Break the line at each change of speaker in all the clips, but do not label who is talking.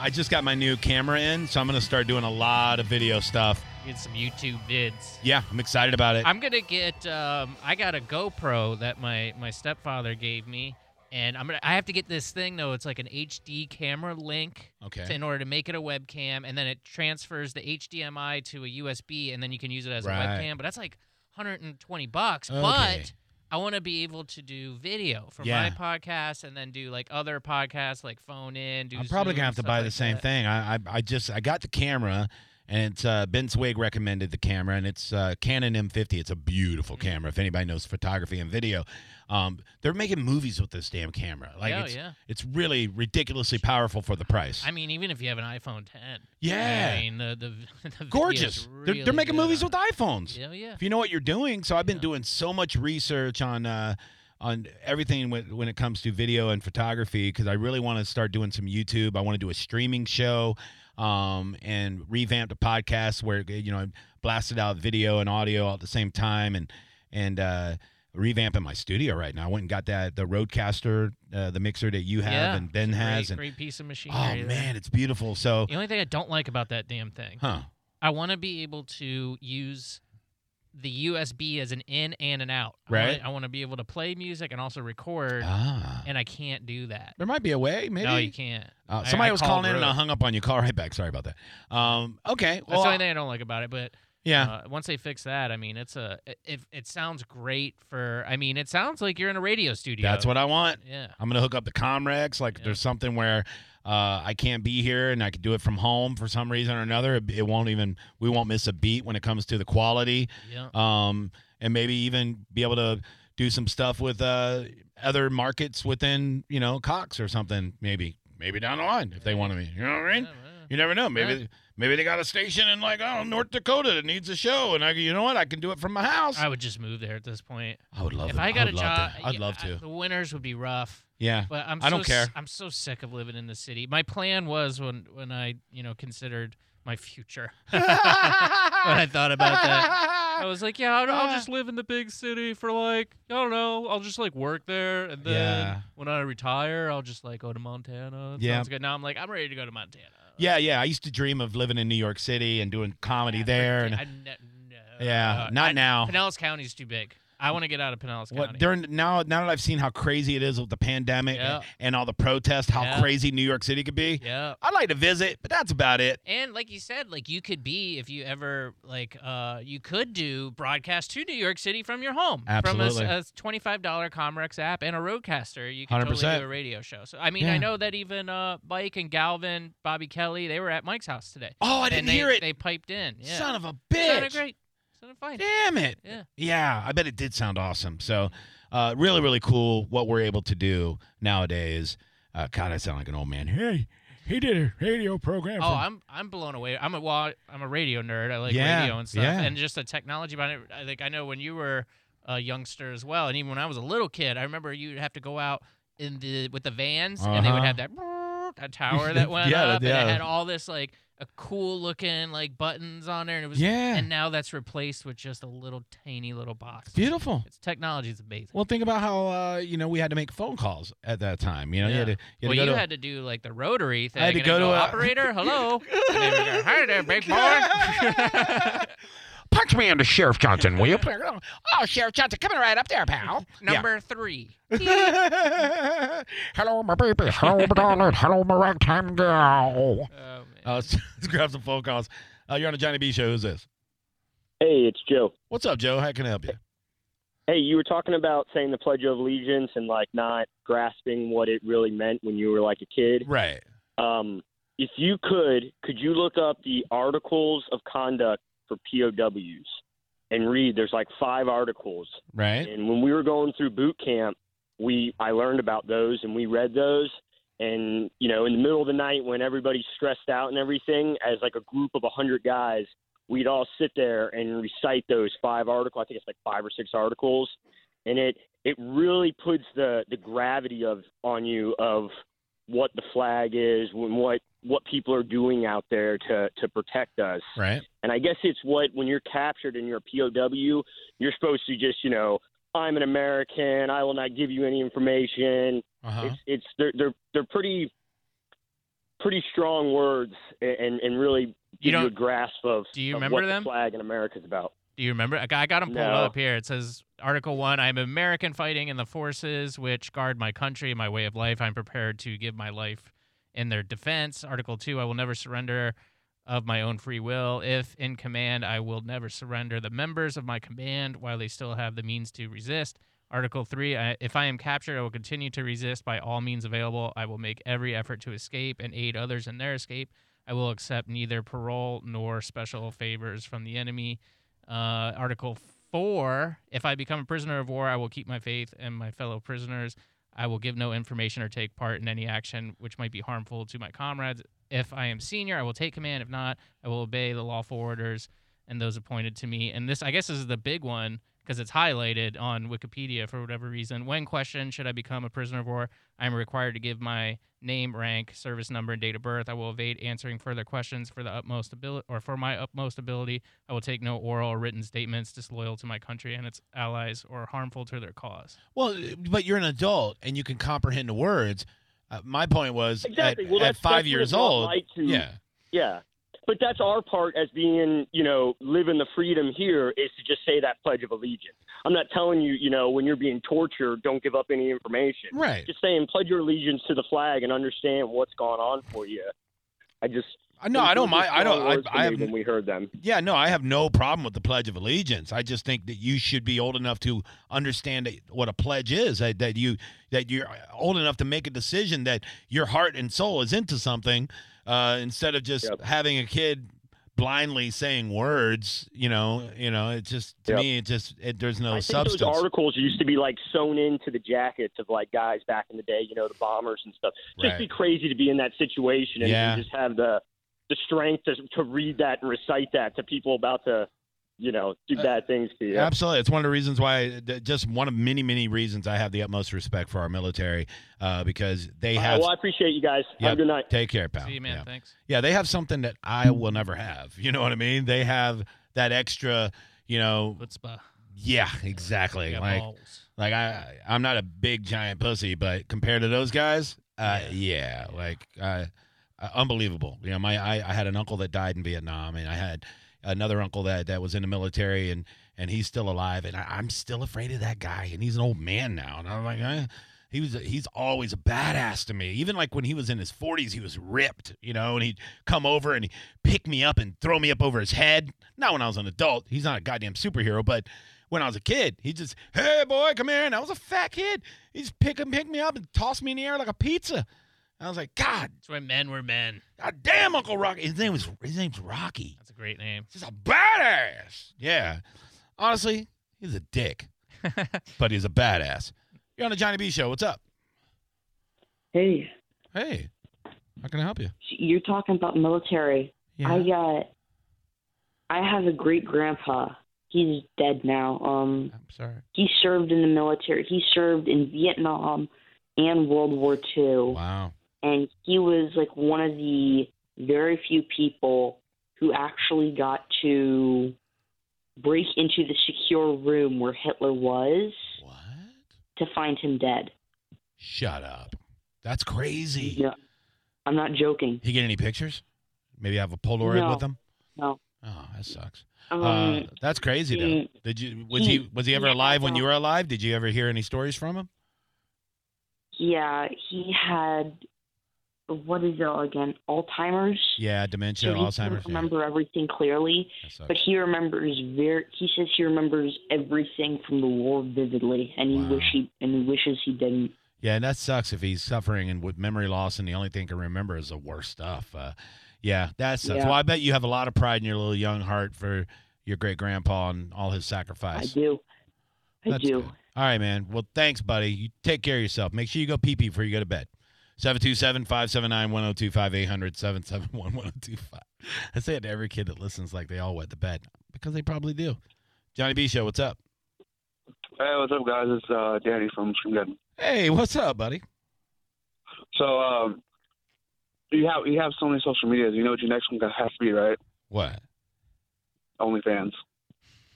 I just got my new camera in, so I'm going to start doing a lot of video stuff.
Get some YouTube vids.
Yeah, I'm excited about it.
I'm gonna get. Um, I got a GoPro that my my stepfather gave me, and I'm gonna. I have to get this thing though. It's like an HD camera link to-
okay.
in order to make it a webcam, and then it transfers the HDMI to a USB, and then you can use it as
Right.
a webcam. But that's like 120 bucks.
Okay.
But I want to be able to do video for
Yeah.
my podcast, and then do like other podcasts, like phone in. Do
I'm probably going
Zoom,
to have to
stuff
buy
like
the same
that.
thing. I, I I just I got the camera and it's uh, Ben Swig recommended the camera and it's uh, Canon M50. It's a beautiful
Mhm.
camera if anybody knows photography and video. Um, they're making movies with this damn camera. Like
Yeah,
it's
yeah.
it's really ridiculously powerful for the price.
I mean, even if you have an iPhone 10.
Yeah.
I mean, the, the, the video's
Gorgeous. they're,
really
they're making
good
movies
on
with iPhones.
it. Yeah, oh, yeah.
if you know what you're doing. So I've been
Yeah.
doing so much research on uh, on everything when, when it comes to video and photography because I really want to start doing some YouTube. I want to do a streaming show um, and revamp the podcast where you know I blasted out video and audio all at the same time and and uh, revamping my studio right now. I went and got that the Rodecaster, uh, the mixer that you have
Yeah,
and Ben
Great-
has, and
Great piece of machinery.
oh
there.
man, it's beautiful. So
The only thing I don't like about that damn thing,
huh.
I want to be able to use the USB as an in and an out. I
Right.
wanna- I want to be able to play music and also record,
Ah.
and I can't do that.
There might be a way, maybe.
No, you can't.
Uh,
I-
somebody
I
was
called
calling in and I
Rhoda.
hung up on you. Call right back. Sorry about that. Um, okay.
That's
Well,
the only thing I don't like about it, but
yeah.
Uh, once they fix that, I mean, it's a it, it sounds great for. I mean, it sounds like you're in a radio studio.
That's what I want.
Yeah.
I'm going to hook up the Comrex. Like, if
Yeah.
there's something where uh, I can't be here and I can do it from home for some reason or another, it, it won't even, we won't miss a beat when it comes to the quality.
Yeah.
Um, and maybe even be able to do some stuff with uh, other markets within, you know, Cox or something, maybe. Maybe down the line if they want to be. You know what I mean?
Yeah, well.
You never know. Maybe
Yeah.
maybe they got a station in like oh North Dakota that needs a show, and I you know what I can do it from my house.
I would just move there at this point.
I would love.
if
it.
I got
would
a
love
job,
to. I'd
yeah,
love
I-
to.
the winters would be rough,
Yeah,
but I'm.
I
so
don't care.
s- I'm so sick of living in the city. My plan was when when I you know considered my future. when I thought about that, I was like, yeah, I'll, I'll just live in the big city for like I don't know. I'll just like work there, and then
Yeah.
when I retire, I'll just like go to Montana. It
Yeah.
sounds good. Now I'm like, I'm ready to go to Montana.
Yeah, yeah. I used to dream of living in New York City and doing comedy
Yeah,
there, and
forget- I ne- no,
yeah,
Uh,
not
I-
now.
Pinellas County's too big. I want to get out of Pinellas County.
What during now? Now that I've seen how crazy it is with the pandemic
Yeah.
and, and all the protests, how
Yeah.
crazy New York City could be.
yeah.
I'd like to visit, but that's about it.
And like you said, like you could be if you ever like uh you could do broadcast to New York City from your home
Absolutely.
from a, twenty five dollar Comrex app and a Roadcaster. You could totally
100%.
do a radio show. So I mean,
Yeah.
I know that even uh Mike and Galvin, Bobby Kelly, they were at Mike's house today.
Oh, I didn't
and they,
hear it.
They piped in. Yeah.
Son of a bitch.
Sounded great. Sounded fine.
Damn it.
Yeah.
Yeah, I bet it did sound awesome. So, uh, really, really cool what we're able to do nowadays. Uh, God, I sound like an old man. Hey, he did a radio program.
Oh,
from-
I'm I'm blown away. I'm a well, I'm a radio nerd. I like
Yeah,
radio and stuff,
yeah.
and just the technology behind it. I like I know when you were a youngster as well, and even when I was a little kid, I remember you'd have to go out in the with the vans, and they would
Uh-huh.
have that that tower that went
Yeah,
up,
yeah.
and it had all this like a cool looking like buttons on there, and it was
yeah.
And now that's replaced with just a little tiny little box.
Beautiful.
It's technology is amazing.
Well, think about how uh, you know we had to make phone calls at that time. You know, you had to,
Yeah.
you had
well,
to go
you
to,
had to do like the rotary thing.
I had to
and
go
it'd
to a-
operator. Hello. And they would go, Hi there, big boy.
punch me under Sheriff Johnson, will you? oh, Sheriff Johnson, coming right up there, pal. Yeah.
Number three. Oh,
Hello, my baby. Hello, my darling. Hello, my ragtime girl.
Oh, man.
Uh, let's, let's grab some phone calls. Uh, you're on the Johnny B Show. Who's this?
Hey, it's Joe.
What's up, Joe? How can I help you?
Hey, you were talking about saying the Pledge of Allegiance and like not grasping what it really meant when you were like a kid.
Right.
Um, if you could, could you look up the Articles of Conduct for POWs and read? There's like five articles,
Right.
and when we were going through boot camp, we I learned about those and we read those. And you know, in the middle of the night when everybody's stressed out and everything, as like a group of a hundred guys, we'd all sit there and recite those five articles. I think it's like five or six articles, and it it really puts the the gravity of on you of what the flag is, and what what people are doing out there to to protect us.
Right.
And I guess it's what when you're captured and you're a POW, you're supposed to just, you know, I'm an American. I will not give you any information.
Uh huh.
It's it's they're they're they're pretty pretty strong words and and really
You
give you,
don't-
a grasp of,
do you
of
remember
what
them?
the flag in America's about.
Do you remember? I got, I got 'em pulled
No.
up here. It says Article One: I am American, fighting in the forces which guard my country and my way of life. I'm prepared to give my life in their defense. Article Two: I will never surrender of my own free will. If in command, I will never surrender the members of my command while they still have the means to resist. Article Three: I, If I am captured, I will continue to resist by all means available. I will make every effort to escape and aid others in their escape. I will accept neither parole nor special favors from the enemy. Uh, Article 4 If I become a prisoner of war, I will keep my faith and my fellow prisoners. I will give no information or take part in any action which might be harmful to my comrades. If I am senior, I will take command. If not, I will obey the lawful orders and those appointed to me. And this, I guess, is the big one because it's highlighted on Wikipedia for whatever reason. When questioned, should I become a prisoner of war? I am required to give my name, rank, service number, and date of birth. I will evade answering further questions for the utmost ability or for my utmost ability. I will take no oral or written statements disloyal to my country and its allies or harmful to their cause.
Well, but you're an adult and you can comprehend the words. Uh, my point was at-
Exactly.
at,
well, that's,
five
that's what
years
it's not
old.
like to-
yeah.
yeah. But that's our part as being, you know, living the freedom here is to just say that Pledge of Allegiance. I'm not telling you, you know, when you're being tortured, don't give up any information.
Right.
Just saying, pledge your allegiance to the flag and understand what's gone on for you. I just
I no, I don't mind. I don't. I, I have.
when we heard them.
Yeah, no, I have no problem with the Pledge of Allegiance. I just think that you should be old enough to understand that- what a pledge is. That, that you that you're old enough to make a decision that your heart and soul is into something, uh, instead of just
Yep.
having a kid blindly saying words. You know, you know. It just to
Yep.
me, it just it, there's no
I think
substance.
those articles used to be like sewn into the jackets of like guys back in the day, you know, the bombers and stuff. Just
Right.
be crazy to be in that situation and,
Yeah.
and just have the the strength to, to read that and recite that to people about to, you know, do
Uh,
bad things to you.
Absolutely, it's one of the reasons why. th- Just one of many, many reasons I have the utmost respect for our military uh, because they
All right,
have.
well, I appreciate you guys. Have
Yep.
a good night.
Take care, pal.
See you, man.
Yeah.
Thanks.
Yeah, they have something that I will never have. You know what I mean? They have that extra, you know.
What's up?
Yeah, exactly.
Yeah,
Like,
balls.
like I, I'm not a big giant pussy, but compared to those guys, uh, yeah, like, uh, uh, unbelievable. You know, my, I, I had an uncle that died in Vietnam, and I had another uncle that that was in the military, and and he's still alive, and I, I'm still afraid of that guy, and he's an old man now, and I'm like, eh. he was, he's always a badass to me. Even like when he was in his 40s, he was ripped, you know, and he'd come over and he'd pick me up and throw me up over his head. Not when I was an adult. He's not a goddamn superhero, but when I was a kid. He just, hey boy, come here. And I was a fat kid. He just pick him, pick me up, and toss me in the air like a pizza. And I was like, God,
That's why men were men.
God damn, Uncle Rocky. His name was his name's Rocky.
That's a great name.
He's just a badass. Yeah. Honestly, he's a dick, but he's a badass. You're on the Johnny B show. What's up?
Hey,
Hey. How can I help you?
you're talking about military. I uh, I have a great grandpa. He's dead now. Um,
I'm sorry.
Mm,
he served in the military. He served in Vietnam and World War Two,
Wow.
and he was like one of the very few people who actually got to break into the secure room where Hitler was
What?
to find him dead.
Shut up. That's crazy.
No, I'm not joking.
He get any pictures? Maybe have a Polaroid
No.
with him?
No.
Oh, that sucks.
Um,
Uh, that's crazy though.
mm,
Did you was
he-
he was he ever
yeah,
alive when you
no.
were alive? Did you ever hear any stories from him?
Yeah, he had what is it all again? Alzheimer's.
Yeah, dementia,
so he
Alzheimer's.
Doesn't
yeah,
remember everything clearly,
that sucks.
but he remembers very. He says he remembers everything from the war vividly, and he
Wow.
wish he and he wishes he didn't.
yeah, and that sucks if he's suffering and with memory loss, and the only thing he can remember is the worst stuff. Uh, yeah, that sucks.
Yeah.
Well, I bet you have a lot of pride in your little young heart for your great grandpa and all his
I
sacrifice.
do. I
That's
do.
good. All right, man. Well, thanks, buddy. You take care of yourself. Make sure you go pee pee before you go to bed. 727 579 1025 800 771 1025. I say it to every kid that listens like they all wet the bed because they probably do. Johnny B. Show, what's up?
Hey, what's up, guys? It's uh, Daddy from Screamden.
Hey, what's up, buddy?
So, um, you have you have so many social medias. You know what your next one has to be, right?
What?
OnlyFans.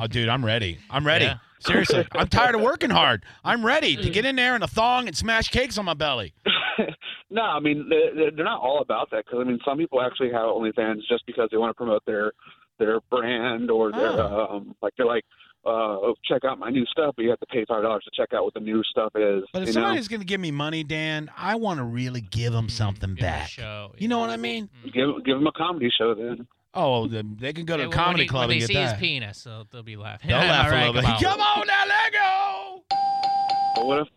Oh, dude, I'm ready. I'm ready.
Yeah.
Seriously, I'm tired of working hard. I'm ready to get in there in a thong and smash cakes on my belly.
no, I mean they- they're not all about that because I mean some people actually have OnlyFans just because they want to promote their their brand or their
Oh.
um, like they're like uh, check out my new stuff, but you have to pay five dollars to check out what the new stuff is.
But if
you know,
somebody's going to give me money, Dan, I want to really give them something
Mm-hmm. Give it a
back.
Show.
You know what I mean?
Mm.
give give them a comedy show then.
Oh, the- they can go to
They-
a comedy
when he-
club
when
and get
they see his
that.
penis, they'll, they'll be laughing.
They'll laugh
All
a
right,
little bit.
Come on.
Come on now, let go.
But what if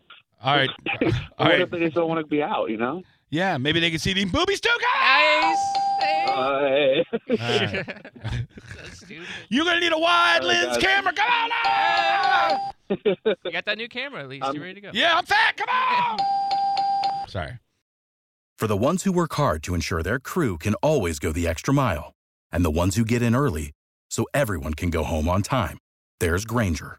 All right, all
what
right.
if they just don't want to be out? You know.
Yeah, maybe they can see these boobies too.
Nice.
Uh,
All right.
so stupid.
You're gonna need a wide
All right,
lens
guys.
camera. Come on! now!
You got that new camera at least.
Um,
you ready to go?
Yeah, I'm fat. Come on! Sorry.
For the ones who work hard to ensure their crew can always go the extra mile, and the ones who get in early so everyone can go home on time, there's Granger,